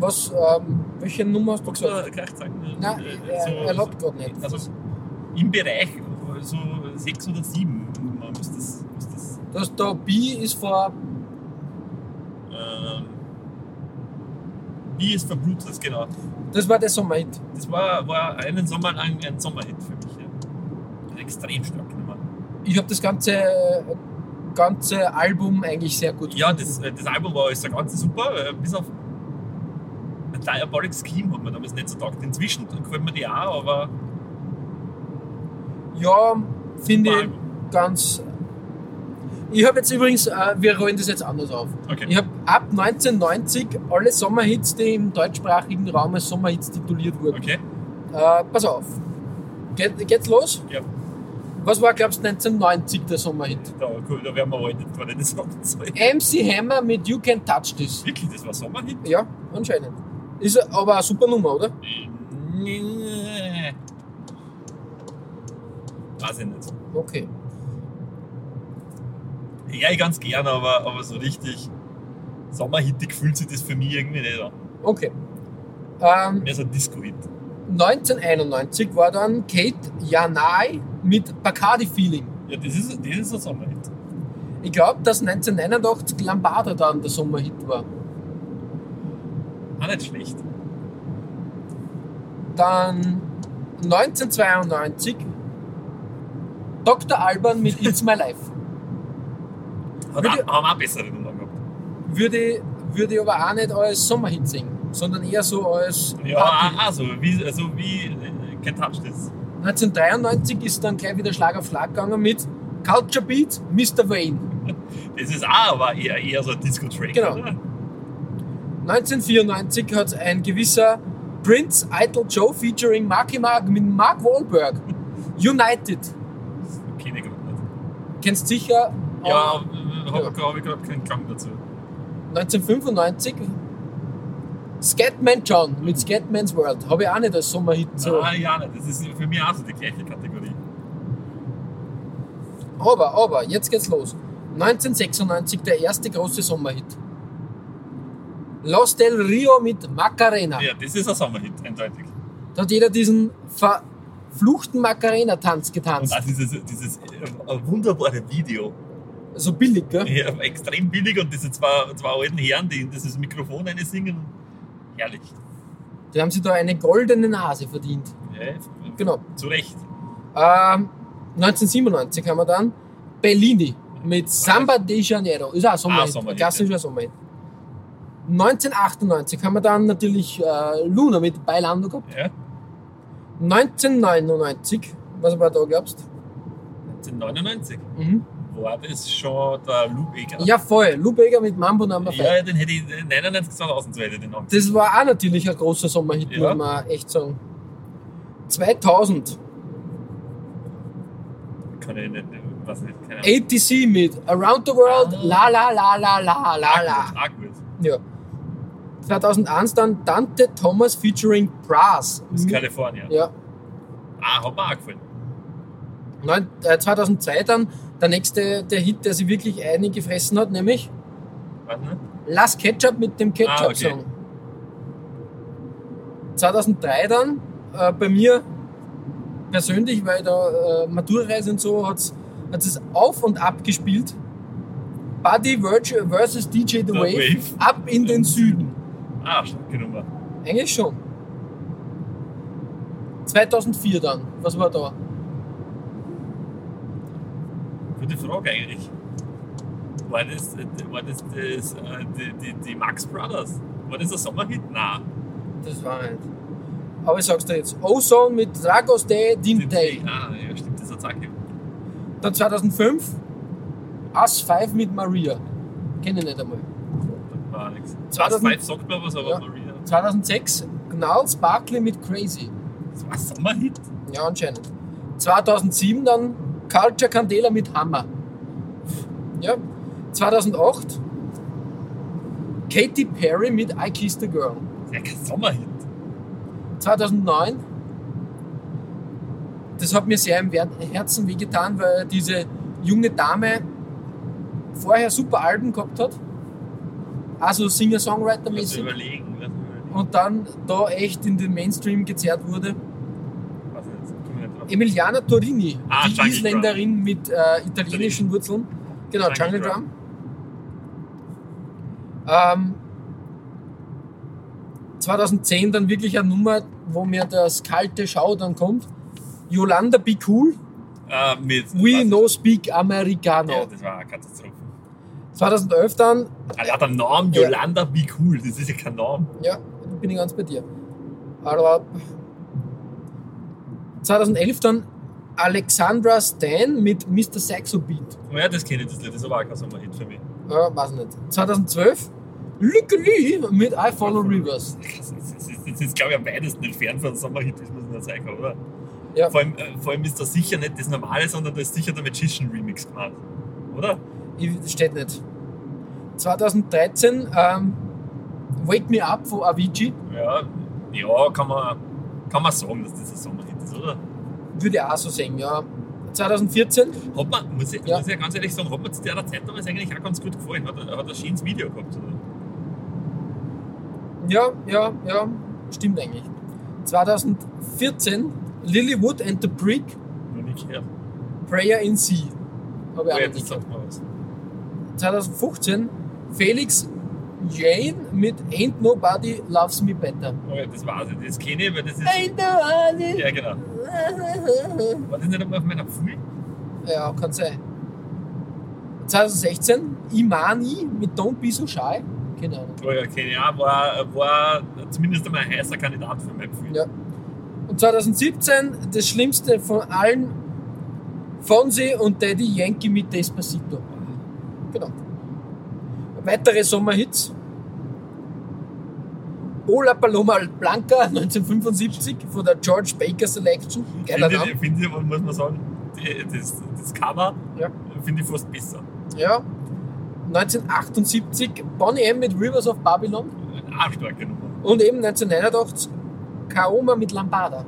Speaker 4: Was, ähm, welche Nummer hast du
Speaker 5: Magst
Speaker 4: gesagt?
Speaker 5: du da gleich sagen?
Speaker 4: Nein, er- er erlaubt grad nicht.
Speaker 5: Äh, Also im Bereich so sechs oder sieben man muss das. Muss das
Speaker 4: Das da B ist vor.
Speaker 5: ähm, wie ist verblutet das genau?
Speaker 4: Das war der Sommerhit.
Speaker 5: Das war, war einen Sommer lang ein Sommerhit für mich. Ja. Eine extrem starke Nummer.
Speaker 4: Ich habe das ganze, ganze Album eigentlich sehr gut
Speaker 5: Ja,
Speaker 4: gefunden.
Speaker 5: das, äh, das Album war alles ganz super, äh, bis auf Diabolic Scheme hat man damals nicht so gedacht. Inzwischen gefällt mir die auch, aber
Speaker 4: Ja, finde
Speaker 5: Super
Speaker 4: ich ganz. Ich habe jetzt übrigens, äh, wir rollen das jetzt anders auf.
Speaker 5: Okay.
Speaker 4: Ich habe ab 1990 alle Sommerhits, die im deutschsprachigen Raum als Sommerhits tituliert wurden.
Speaker 5: okay.
Speaker 4: Äh, pass auf. Geht, geht's los?
Speaker 5: Ja,
Speaker 4: Was war, glaubst du, 1990 der Sommerhit?
Speaker 5: da, cool, da werden wir heute nicht, wenn ich das sagen soll.
Speaker 4: MC Hammer mit You Can Touch This.
Speaker 5: Wirklich, das war Sommerhit?
Speaker 4: Ja, anscheinend. Ist aber eine super Nummer, oder?
Speaker 5: Nee. Weiß ich nicht.
Speaker 4: Okay.
Speaker 5: Ja, ich ganz gern, aber, aber so richtig Sommerhittig fühlt sich das für mich irgendwie nicht an.
Speaker 4: Okay. Ähm,
Speaker 5: Mehr so ein Disco-Hit.
Speaker 4: 1991 war dann Kate Janai mit Bacardi Feeling.
Speaker 5: Ja, das ist, das ist ein Sommerhit.
Speaker 4: Ich glaube, dass 1989 Lambada dann der Sommerhit war.
Speaker 5: Auch nicht schlecht.
Speaker 4: Dann 1992 Dr. Alban mit It's My Life.
Speaker 5: Hat auch,
Speaker 4: Würde-
Speaker 5: haben auch eine bessere Nummer gehabt.
Speaker 4: Würde, würde ich aber auch nicht als Sommerhit singen, sondern eher so als
Speaker 5: Ja,
Speaker 4: Party.
Speaker 5: auch- auch so, wie, also wie äh, kein Touch das.
Speaker 4: 1993 Um ist dann gleich wieder Schlag auf Schlag gegangen mit Culture Beat, Mr. Wayne.
Speaker 5: Das ist auch aber eher, eher so ein Disco-Track.
Speaker 4: Genau.
Speaker 5: oder?
Speaker 4: 1994 hat ein gewisser Prince Idol Joe featuring Marky Mark mit Mark Wahlberg. United.
Speaker 5: Keine Gründe.
Speaker 4: Kennst sicher. äh,
Speaker 5: Ja, äh, habe hab ich gerade keinen Klang dazu.
Speaker 4: 1995 Scatman John mit Scatman's World. Habe ich auch nicht als Sommerhit. So.
Speaker 5: Ah, ja, nein, das ist für mich auch so die gleiche Kategorie.
Speaker 4: Aber, aber, jetzt geht's los. 1996 der erste große Sommerhit. Los del Rio mit Macarena.
Speaker 5: Ah. Ja, das ist ein Sommerhit, eindeutig.
Speaker 4: Da hat jeder diesen ver Fluchten-Macarena-Tanz
Speaker 5: Und also-
Speaker 4: getanzt.
Speaker 5: auch dieses, dieses äh, wunderbare Video.
Speaker 4: So billig, gell?
Speaker 5: Ja, extrem billig und diese zwei, zwei alten Herren, die in dieses Mikrofon eine singen. Herrlich.
Speaker 4: Die haben sich da eine goldene Nase verdient.
Speaker 5: Ja,
Speaker 4: Genau.
Speaker 5: Zu Recht.
Speaker 4: Ähm, 1997 haben wir dann Bellini mit Samba de Janeiro. Ist auch ein Sommerhit,
Speaker 5: Ah, Sommerhit,
Speaker 4: ein klassischer Sommerhit. 1998 haben wir dann natürlich äh, Luna mit Bailando gehabt.
Speaker 5: Ja.
Speaker 4: 1999, was aber da glaubst
Speaker 5: 1999
Speaker 4: mhm.
Speaker 5: war das schon der Lou Bega.
Speaker 4: Ja, voll. Lou Bega mit Mambo Number 5.
Speaker 5: ja, den hätte ich 99 2000 hätte ich den Namen.
Speaker 4: Das war auch natürlich ein großer Sommerhit,
Speaker 5: Ja.
Speaker 4: muss man echt sagen. 2000,
Speaker 5: Kann ich nicht, was nicht, keine Ahnung.
Speaker 4: ATC mit Around the World,
Speaker 5: Ah.
Speaker 4: la la la la la la la.
Speaker 5: Ah, gut.
Speaker 4: Ja. 2001 dann Dante Thomas featuring Brass. Mhm.
Speaker 5: Das ist Kalifornien.
Speaker 4: ja.
Speaker 5: Ah, hat mir auch gefallen.
Speaker 4: Neun, äh, 2002 dann der nächste der Hit, der sie wirklich eingefressen hat, nämlich
Speaker 5: Warte, ne?
Speaker 4: Lass Ketchup mit dem
Speaker 5: Ah, okay.
Speaker 4: Ketchup-Song. 2003 dann äh, bei mir persönlich, weil da äh, Maturreise und so hat es auf und ab gespielt. Buddy Virtue vs. DJ The,
Speaker 5: The
Speaker 4: Wave,
Speaker 5: Wave.
Speaker 4: ab in den Süden.
Speaker 5: Ah, starke Nummer.
Speaker 4: Eigentlich schon. 2004 dann. Was war da?
Speaker 5: Gute Frage eigentlich. War das, war das, das äh, die, die, die Max Brothers? War das ein Sommerhit? Nein.
Speaker 4: Das war nicht. Aber ich sag's dir jetzt. Ozone mit Dragos Day, Din
Speaker 5: Die-
Speaker 4: Day.
Speaker 5: die- Ah, ja, stimmt, das hat's auch gegeben.
Speaker 4: Dann 2005 Us 5 mit Maria. Kenne ich nicht einmal.
Speaker 5: Das war nichts.
Speaker 4: 2000
Speaker 5: 2005 sagt mir was, aber
Speaker 4: Ja.
Speaker 5: Maria.
Speaker 4: 2006 Gnarl Sparkle mit Crazy.
Speaker 5: Das war ein Sommerhit.
Speaker 4: Ja, anscheinend. 2007 dann Culture Candela mit Hammer. Ja. 2008 Katy Perry mit I Kissed a Girl.
Speaker 5: Das war kein Sommerhit.
Speaker 4: 2009. Das hat mir sehr im Wer- Herzen wehgetan, weil diese junge Dame vorher super Alben gehabt hat. Also
Speaker 5: Lass
Speaker 4: Singer-Songwriter-mäßig.
Speaker 5: überlegen. Lass überlegen.
Speaker 4: Und dann da echt in den Mainstream gezerrt wurde.
Speaker 5: Weiß ich nicht, komm ich nicht drauf.
Speaker 4: Emiliana Torini,
Speaker 5: Ah,
Speaker 4: die
Speaker 5: Jungle
Speaker 4: Isländerin mit äh, italienischen Wurzeln. Genau, Jungle,
Speaker 5: Jungle
Speaker 4: Drum. Ähm, 2010 dann wirklich eine Nummer, wo mir das kalte Schau dann kommt. Yolanda Be Cool,
Speaker 5: Ah, mit. weiß
Speaker 4: We
Speaker 5: ich-
Speaker 4: No Speak Americano.
Speaker 5: Ja, das war eine Katastrophe.
Speaker 4: 2011 dann,
Speaker 5: Alter, der Name
Speaker 4: Ja.
Speaker 5: Yolanda, wie cool. Das ist ja kein Name.
Speaker 4: ja, bin ich ganz bei dir. Also, äh, Aber 2011 dann Alexandra Stan mit Mr. Saxo Beat.
Speaker 5: Oh ja, das kenne ich, das Lied. Das war auch kein Sommerhit für mich.
Speaker 4: Ja, Äh, weiß nicht. 2012 Lucky Lee mit I Follow Rivers.
Speaker 5: Das ist, das ist, das ist glaube ich, am weitesten entfernt von einem Sommerhit, das muss man sagen, oder?
Speaker 4: Ja.
Speaker 5: Vor allem, äh, vor allem ist das sicher nicht das Normale, sondern da ist sicher der Magician Remix gemeint. Oder?
Speaker 4: Ich, steht nicht. 2013 ähm, Wake Me Up von Avicii.
Speaker 5: Ja, ja kann, man, kann man sagen, dass das ein Sommerhit ist, oder?
Speaker 4: Würde ich auch so sehen, ja. 2014,
Speaker 5: Hat man, muss ich,
Speaker 4: Ja.
Speaker 5: muss ich ja ganz ehrlich sagen, hat mir zu der Zeit damals eigentlich auch ganz gut gefallen. Hat, hat ein schönes Video gehabt, oder?
Speaker 4: ja, ja, ja, stimmt eigentlich. 2014 Lilywood and the Brick,
Speaker 5: Noch nie gehört.
Speaker 4: Prayer in Sea. Habe ich
Speaker 5: Oh, Ja,
Speaker 4: auch noch
Speaker 5: das
Speaker 4: nicht gehört.
Speaker 5: sagt man was.
Speaker 4: 2015 Felix Jane mit Ain't Nobody Loves Me Better.
Speaker 5: Oh ja, das weiß ich, das kenne ich, weil das ist.
Speaker 4: Ain't nobody
Speaker 5: Ja, genau. War das nicht einmal auf meiner Pfui?
Speaker 4: Ja, kann sein. 2016, Imani mit Don't Be So Shy. Keine Ahnung.
Speaker 5: Oh ja, kenne ich auch. War, war zumindest einmal ein heißer Kandidat für mein Pfui.
Speaker 4: Ja. Und 2017, das Schlimmste von allen, Fonzie und Daddy Yankee mit Despacito. Genau. Weitere Sommerhits. Ola Paloma Blanca 1975 von der George Baker Selection. Geiler
Speaker 5: Finde
Speaker 4: Name.
Speaker 5: ich, finde ich, aber, muss man sagen, die, das, das Cover
Speaker 4: Ja.
Speaker 5: finde ich fast besser.
Speaker 4: Ja. 1978 Bonnie M mit Rivers of Babylon.
Speaker 5: Eine auch starke Nummer.
Speaker 4: Und eben 1989 Kaoma mit Lambada.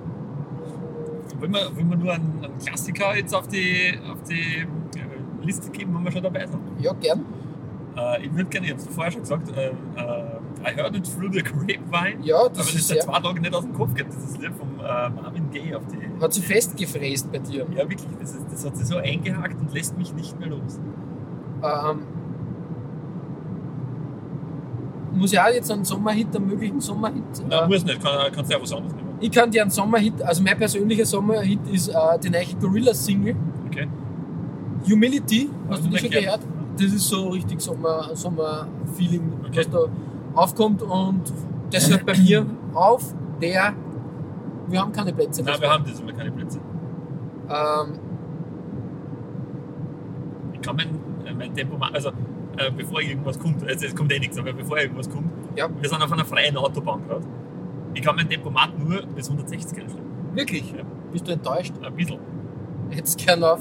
Speaker 5: Wollen wir, wollen wir nur einen, einen Klassiker jetzt auf die, auf die äh, Liste geben, wenn wir schon dabei sind?
Speaker 4: Ja, gern.
Speaker 5: Äh, ich würde gerne, ich habe es vorher schon gesagt, äh, äh, I heard it through the grapevine.
Speaker 4: Ja,
Speaker 5: aber
Speaker 4: das
Speaker 5: das
Speaker 4: ist
Speaker 5: ist seit
Speaker 4: sehr,
Speaker 5: zwei Tagen nicht aus dem Kopf geht, dieses Lied vom äh, Marvin Gaye auf die.
Speaker 4: hat sich festgefräst bei dir.
Speaker 5: Ja, wirklich, das, ist, das hat sich so eingehakt und lässt mich nicht mehr los.
Speaker 4: Ähm, muss ich auch jetzt einen Sommerhit, einen möglichen Sommerhit?
Speaker 5: Nein,
Speaker 4: äh,
Speaker 5: muss nicht, kann, kannst du auch was anderes nehmen.
Speaker 4: ich kann dir einen Sommerhit, also mein persönlicher Sommerhit ist äh, die neue Gorilla-Single
Speaker 5: Okay.
Speaker 4: Humility. Hast
Speaker 5: Also
Speaker 4: du die schon
Speaker 5: nicht
Speaker 4: gehört? Das ist so richtig Sommer, Sommer-Feeling,
Speaker 5: Okay.
Speaker 4: was da aufkommt und das hört bei mir auf der. Wir haben keine Plätze.
Speaker 5: Nein, wir haben diesmal keine Plätze.
Speaker 4: haben. Ähm,
Speaker 5: Ich kann mein, äh, mein Tempo machen, also äh, bevor irgendwas kommt, also es kommt eh nichts, aber bevor irgendwas kommt,
Speaker 4: Ja.
Speaker 5: wir sind auf einer freien Autobahn gerade. Ich kann mein Tempomat nur bis 160 einstellen.
Speaker 4: wirklich?
Speaker 5: Ja.
Speaker 4: Bist du enttäuscht?
Speaker 5: Ein bisschen.
Speaker 4: Jetzt gern auf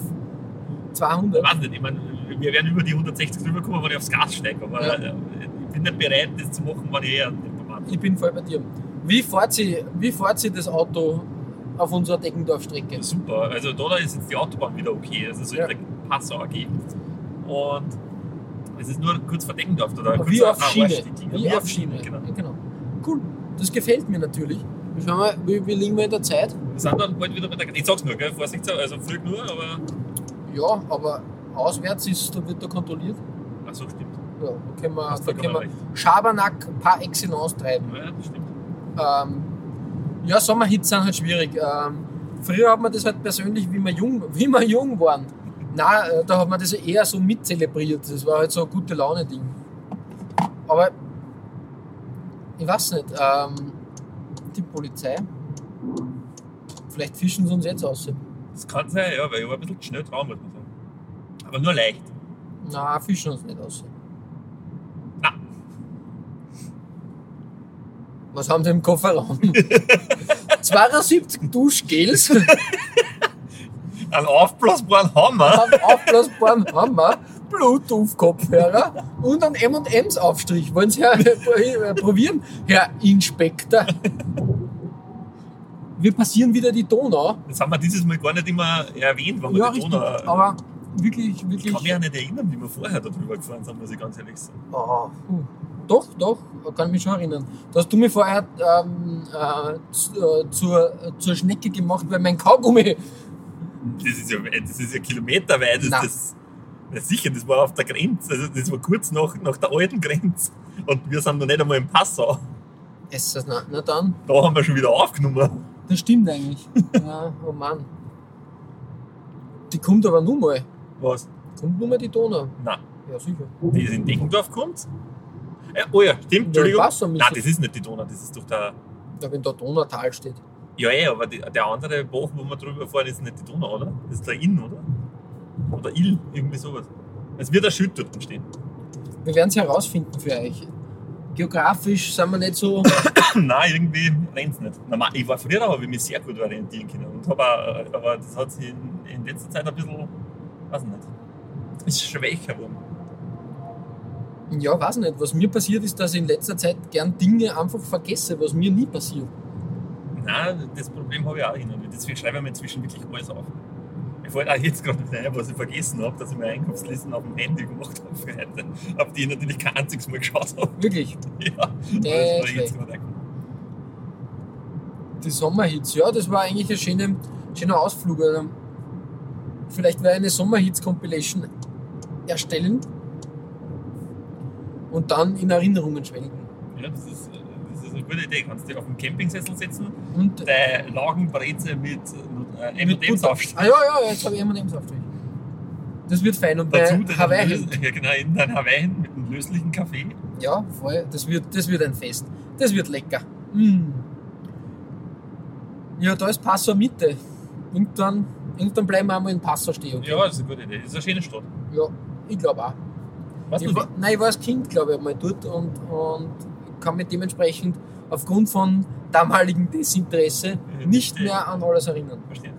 Speaker 5: Ich
Speaker 4: 200.
Speaker 5: weiß nicht, ich meine, wir werden über die 160 drüber kommen, wenn ich aufs Gas steige, aber
Speaker 4: Ja.
Speaker 5: äh, ich bin nicht bereit, das zu machen, wenn ich eher ein Tempomat habe.
Speaker 4: Ich bin voll bei dir. Wie fährt sie, wie fährt sie das Auto auf unserer Deckendorf-Strecke?
Speaker 5: Super, also da ist jetzt die Autobahn wieder okay, also so
Speaker 4: Ja.
Speaker 5: in der Passau geben. Und es ist nur kurz verdecken darf, oder? kurz
Speaker 4: Wie auf
Speaker 5: ein
Speaker 4: Schiene.
Speaker 5: Arschstückchen.
Speaker 4: Wie auf Schiene.
Speaker 5: Genau.
Speaker 4: Ja, genau. Cool. Das gefällt mir natürlich. Schauen wir, wie, wie liegen wir in der Zeit?
Speaker 5: Wir sind dann bald wieder bei der. Ich sag's nur, gell? Vorsicht, also flüg nur, aber.
Speaker 4: Ja, aber auswärts ist, da wird da kontrolliert.
Speaker 5: Achso, stimmt.
Speaker 4: Ja, da können wir,
Speaker 5: Hast
Speaker 4: Ah, da
Speaker 5: du
Speaker 4: können wir
Speaker 5: recht.
Speaker 4: Schabernack par excellence treiben.
Speaker 5: Ja, das stimmt.
Speaker 4: Ähm, ja, Sommerhits sind halt schwierig. Ähm, früher hat man das halt persönlich, wie wir jung, wie wir jung waren. Nein, äh, da hat man das eher so mitzelebriert. Das war halt so ein gute Laune-Ding. Aber ich weiß nicht, ähm, die Polizei, vielleicht fischen sie uns jetzt aus.
Speaker 5: Das kann sein, ja, weil ich war ein bisschen zu schnell dran, muss man sagen. Aber nur leicht.
Speaker 4: Nein, fischen uns nicht aus.
Speaker 5: Nein.
Speaker 4: Was haben sie im Kofferraum? 72 Duschgels,
Speaker 5: Ein Also aufblasbaren Hammer.
Speaker 4: einen aufblasbaren Hammer, Bluetooth-Kopfhörer und einen M&M's-Aufstrich. Wollen Sie Herr, äh, probieren, Herr Inspektor? Wir passieren wieder die Donau.
Speaker 5: Das haben wir dieses Mal gar nicht immer erwähnt, wenn wir
Speaker 4: Ja,
Speaker 5: die
Speaker 4: richtig.
Speaker 5: Donau.
Speaker 4: Aber wirklich,
Speaker 5: ich kann mich
Speaker 4: wirklich.
Speaker 5: auch nicht erinnern, wie wir vorher da drüber gefahren sind, muss ich ganz ehrlich sagen.
Speaker 4: Ah, hm. doch, doch, kann ich mich schon erinnern. Da hast du mir vorher ähm, äh, zu, äh, zur, äh, zur Schnecke gemacht, weil mein Kaugummi.
Speaker 5: Das ist ja, weit, das ist ja kilometerweit. Das,
Speaker 4: Nein.
Speaker 5: das, na sicher, das war auf der Grenze. Also das war kurz nach, nach der alten Grenze. Und wir sind noch nicht einmal im Passau.
Speaker 4: Es ist na, na dann.
Speaker 5: Da haben wir schon wieder aufgenommen.
Speaker 4: Das stimmt eigentlich. ja, oh Mann. Die kommt aber nun mal.
Speaker 5: Was?
Speaker 4: Kommt nun mal die Donau.
Speaker 5: Nein.
Speaker 4: Ja, sicher.
Speaker 5: Die ist in Deckendorf kommt. Äh, oh ja, stimmt, Entschuldigung.
Speaker 4: Ja, Wasser
Speaker 5: Nein,
Speaker 4: müssen-
Speaker 5: das ist nicht die Donau, das ist doch der.
Speaker 4: Da, wenn da Donautal steht.
Speaker 5: Ja, eh, aber die, der andere Bach, wo wir drüber fahren, ist nicht die Donau, oder? Das ist der Inn, oder? Oder Ill, irgendwie sowas. Es wird erschüttert dort stehen.
Speaker 4: Wir werden es herausfinden für euch. Geografisch sind wir nicht so.
Speaker 5: Nein, irgendwie rennt's nicht. Na, ma- ich war früher aber, wie mich sehr gut orientieren können. Und hab auch, aber das hat sich in, in letzter Zeit ein bisschen, weiß nicht, ist schwächer geworden.
Speaker 4: Ja, weiß nicht. Was mir passiert ist, dass ich in letzter Zeit gern Dinge einfach vergesse, was mir nie passiert.
Speaker 5: Nein, das Problem habe ich auch hin und wieder. Deswegen schreibe ich mir inzwischen wirklich alles auf. Mir fällt auch jetzt gerade wieder ein, was ich vergessen habe, dass ich meine Einkaufslisten auf dem Handy gemacht habe für heute. Auf die ich natürlich kein einziges Mal geschaut habe.
Speaker 4: Wirklich.
Speaker 5: Ja, das
Speaker 4: Nee,
Speaker 5: war
Speaker 4: schlecht.
Speaker 5: jetzt gerade ein-
Speaker 4: Die Sommerhits. Ja, das war eigentlich ein schöner, schöner Ausflug. Also, Vielleicht wäre eine Sommerhits-Compilation erstellen und dann in Erinnerungen schwelgen.
Speaker 5: ja, das, ist, das ist eine gute Idee. Kannst dich auf den Campingsessel setzen,
Speaker 4: Und
Speaker 5: deine Lagenbreze mit äh,
Speaker 4: Mit
Speaker 5: M&M's
Speaker 4: Butter.
Speaker 5: aufstellen.
Speaker 4: Ah, ja, ja, jetzt habe ich M&M's aufstrich. Das wird fein. Und bei
Speaker 5: deinen
Speaker 4: Äh, Hawaii
Speaker 5: Lös- Ja, genau, in dein Hawaii mit einem löslichen Kaffee.
Speaker 4: Ja, voll. Das wird, das wird ein Fest. Das wird lecker. Mm. Ja, da ist Passau Mitte. Irgendwann, irgendwann bleiben wir einmal in Passau stehen. okay?
Speaker 5: Ja, das ist eine gute Idee. Das ist eine schöne Stadt.
Speaker 4: ja ich glaube auch.
Speaker 5: Was
Speaker 4: Ich war, nein, ich war als Kind, glaube ich, einmal dort und, und kann mich dementsprechend aufgrund von damaligem Desinteresse
Speaker 5: Ja,
Speaker 4: nicht
Speaker 5: verstehe.
Speaker 4: mehr an alles erinnern.
Speaker 5: Verstehe.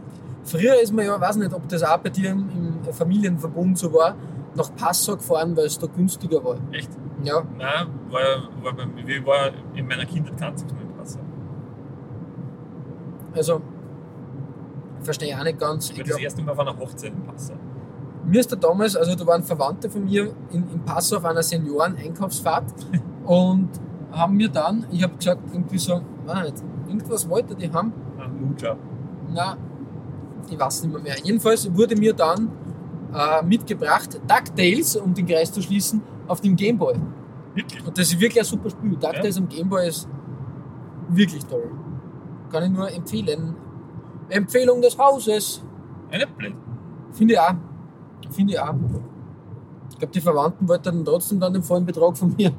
Speaker 4: Früher ist man ja, weiß nicht, ob das auch bei dir im, im Familienverbund so war, nach Passau gefahren, weil es da günstiger war.
Speaker 5: Echt?
Speaker 4: Ja,
Speaker 5: Nein, war, war, bei mir- ich war in meiner Kindheit kein einziges Mal im Passau.
Speaker 4: also verstehe ich auch nicht ganz. Ich
Speaker 5: Ich war das
Speaker 4: glaub,
Speaker 5: erste Mal auf einer Hochzeit in Passau.
Speaker 4: mir ist da damals, also da waren Verwandte von mir in, in Passau auf einer Senioren-Einkaufsfahrt und haben mir dann, ich habe gesagt, irgendwie so, nein, irgendwas wollte die haben,
Speaker 5: Ah, Lutscher.
Speaker 4: na, ich weiß nicht mehr mehr. Jedenfalls wurde mir dann äh, mitgebracht DuckTales, um den Kreis zu schließen, auf dem Gameboy.
Speaker 5: Wirklich?
Speaker 4: Und das ist wirklich ein super Spiel. DuckTales am Gameboy ist wirklich toll. Kann ich nur empfehlen. Empfehlung des Hauses.
Speaker 5: Ja, nicht blöd.
Speaker 4: Finde ich auch. Finde ich auch. Ich glaube, die Verwandten wollten dann trotzdem dann den vollen Betrag von mir.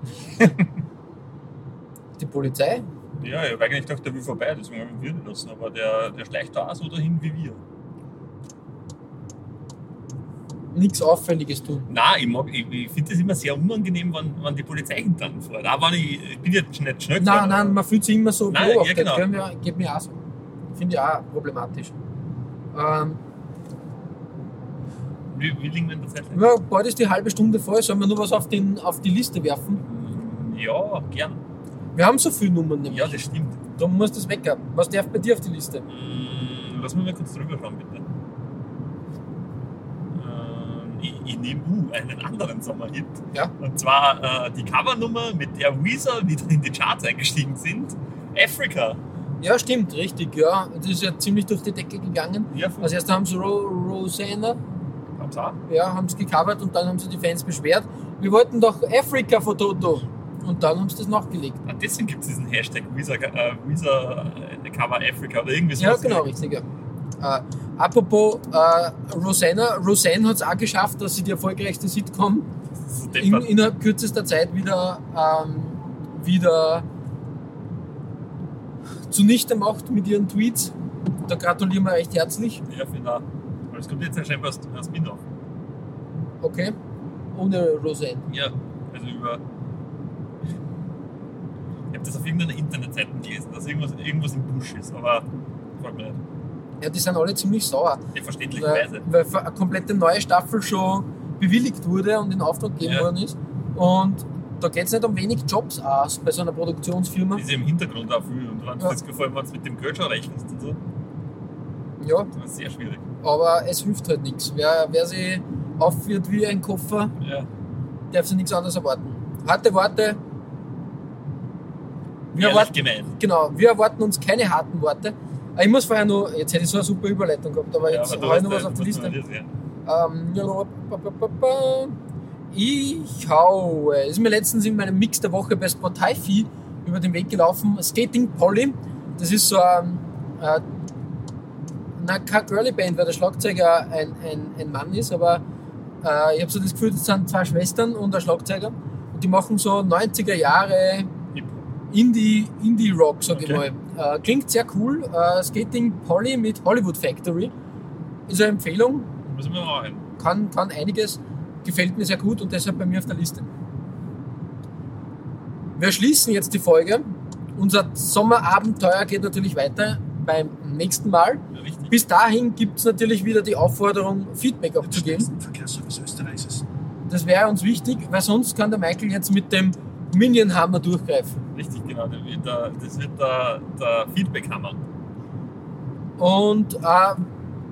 Speaker 4: die Polizei?
Speaker 5: Ja, ich habe eigentlich gedacht, der will vorbei, deswegen habe ich ihn wirken lassen, aber der, der schleicht da auch so dahin wie wir.
Speaker 4: Nichts Auffälliges tun.
Speaker 5: Nein, ich, mag- ich, ich finde das immer sehr unangenehm, wenn, wenn die Polizei hinter einem fährt. Auch wenn ich, ich bin jetzt nicht schnell
Speaker 4: Nein, nein, man fühlt sich immer so
Speaker 5: Nein, ja,
Speaker 4: beobachtet.
Speaker 5: genau.
Speaker 4: gell? Ja, Geht mir auch so. Finde ich auch problematisch. Ähm,
Speaker 5: Wie, wie liegen wir in der Zeit?
Speaker 4: ja, bald ist die halbe Stunde voll, sollen wir nur was auf, den, auf die Liste werfen?
Speaker 5: Ja, gern.
Speaker 4: Wir haben so viele Nummern nämlich.
Speaker 5: Ja, das stimmt.
Speaker 4: Du musst das weghaben. Was darf bei dir auf die Liste?
Speaker 5: Mm, Lass mich mal kurz drüber schauen, bitte. Ähm, Ich, ich nehme uh, einen anderen Sommerhit.
Speaker 4: Ja.
Speaker 5: Und zwar äh, die Covernummer, mit der Weezer wieder in die Charts eingestiegen sind. Africa.
Speaker 4: Ja, stimmt, richtig, ja. Das ist ja ziemlich durch die Decke gegangen.
Speaker 5: Ja, von
Speaker 4: Als erstes haben sie Ro Rosanna,
Speaker 5: Hab's auch.
Speaker 4: ja, haben sie gecovert und dann haben sie die Fans beschwert. Wir wollten doch Afrika von Toto. Und dann haben sie das nachgelegt.
Speaker 5: Ah, deswegen gibt es diesen Hashtag Weezer, äh, Weezer äh, Cover Africa oder irgendwie so.
Speaker 4: Ja, genau, richtig, ja. Äh, apropos äh, Rosanna, Roseanne hat es auch geschafft, dass sie die erfolgreichste Sitcom
Speaker 5: So
Speaker 4: in,
Speaker 5: deppert.
Speaker 4: innerhalb kürzester Zeit wieder, ähm, wieder zunichte macht mit ihren Tweets. Da gratulieren wir recht herzlich.
Speaker 5: Ja, finde auch. Aber es kommt jetzt ja scheinbar aus, aus Spin-off.
Speaker 4: Okay. Ohne Roseanne.
Speaker 5: Ja, also über. Ich habe das auf irgendeiner Internetseite gelesen, dass irgendwas, irgendwas im Busch ist, aber frag mich nicht.
Speaker 4: Ja, die sind alle ziemlich sauer,
Speaker 5: Ja,
Speaker 4: weil,
Speaker 5: verständlicherweise.
Speaker 4: weil für eine komplette neue Staffel schon bewilligt wurde und in Auftrag gegeben
Speaker 5: Ja.
Speaker 4: worden ist. Und da geht es nicht um wenig Jobs aus bei so einer Produktionsfirma.
Speaker 5: Das ist ja im Hintergrund auch viel und wenn
Speaker 4: Ja.
Speaker 5: ja. das gefallen wenn du mit dem Geld schon rechnest und so,
Speaker 4: Ja,
Speaker 5: das ist sehr schwierig.
Speaker 4: aber es hilft halt nichts. Wer, wer sie aufführt wie ein Koffer,
Speaker 5: Ja.
Speaker 4: darf sie nichts anderes erwarten. Harte Worte. Wir
Speaker 5: Ehrlich
Speaker 4: erwarten,
Speaker 5: gemeint.
Speaker 4: genau, wir erwarten uns keine harten Worte. Ah, Ich muss vorher nur, jetzt hätte ich so eine super Überleitung gehabt, aber
Speaker 5: Ja,
Speaker 4: jetzt habe
Speaker 5: aber du
Speaker 4: ich
Speaker 5: hast
Speaker 4: noch was
Speaker 5: da-
Speaker 4: auf
Speaker 5: du
Speaker 4: die
Speaker 5: musst
Speaker 4: Liste.
Speaker 5: noch das, ja.
Speaker 4: Ähm, ja, ba, ba, ba, ba, ba. ich haue. Ist mir letztens in meinem Mix der Woche bei Spotify über den Weg gelaufen. Skating Polly. Das ist so ein. Äh, na, keine Girly Band, weil der Schlagzeuger ein, ein, ein Mann ist, aber äh, ich habe so das Gefühl, das sind zwei Schwestern und ein Schlagzeuger. Und die machen so 90er Jahre Indie, Indie Rock, sag
Speaker 5: Okay.
Speaker 4: ich mal. Äh, klingt sehr cool. Äh, Skating Polly mit Hollywood Factory. Ist eine Empfehlung
Speaker 5: Muss ich mir mal rein.
Speaker 4: kann, kann einiges, gefällt mir sehr gut und deshalb bei mir auf der Liste. Wir schließen jetzt die Folge. Unser Sommerabenteuer geht natürlich weiter beim nächsten Mal.
Speaker 5: Richtig.
Speaker 4: Bis dahin gibt es natürlich wieder die Aufforderung, Feedback abzugeben.
Speaker 2: Verkehrsservice Österreichs.
Speaker 4: Das wäre uns wichtig, weil sonst kann der Michael jetzt mit dem Minion-Hammer durchgreifen.
Speaker 5: Richtig, genau. Der, wird der, das wird der, der Feedback-Hammer.
Speaker 4: Und äh,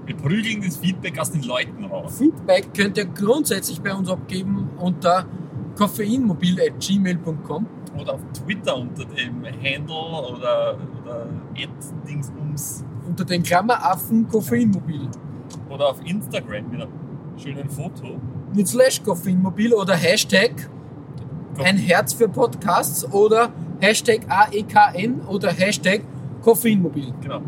Speaker 5: Wir prügeln das Feedback aus den Leuten raus.
Speaker 4: Feedback könnt ihr grundsätzlich bei uns abgeben unter koffeinmobil.gmail.com.
Speaker 5: Oder auf Twitter unter dem Handle oder, oder Ad-Dingsbums.
Speaker 4: Unter den Klammeraffen Koffeinmobil.
Speaker 5: Oder auf Instagram mit einem schönen Foto.
Speaker 4: mit Slash Koffeinmobil oder Hashtag ein Herz für Podcasts oder Hashtag AEKN oder Hashtag Koffeinmobil.
Speaker 5: Genau,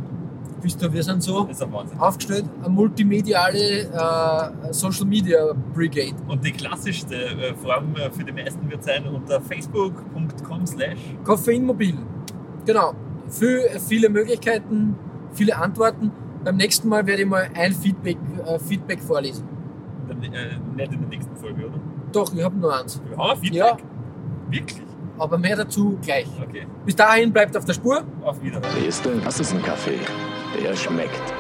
Speaker 4: Wisst ihr, wir sind so
Speaker 5: das ist ein Wahnsinn.
Speaker 4: aufgestellt, eine multimediale äh, Social Media Brigade.
Speaker 5: Und die klassischste äh, Form äh, für die meisten wird sein unter facebook.com slash.
Speaker 4: Koffeinmobil. Genau. Viel, viele Möglichkeiten, viele Antworten. Beim nächsten Mal werde ich mal ein Feedback, äh, Feedback vorlesen.
Speaker 5: Äh, nicht in der nächsten Folge, oder?
Speaker 4: Doch, ich habe nur eins.
Speaker 5: Wir haben ein
Speaker 4: Ja.
Speaker 5: Feedback. Wirklich?
Speaker 4: Aber mehr dazu gleich.
Speaker 5: Okay,
Speaker 4: Bis dahin bleibt auf der Spur.
Speaker 5: auf Wiedersehen.
Speaker 1: Siehste, das ist ein Kaffee. Der schmeckt.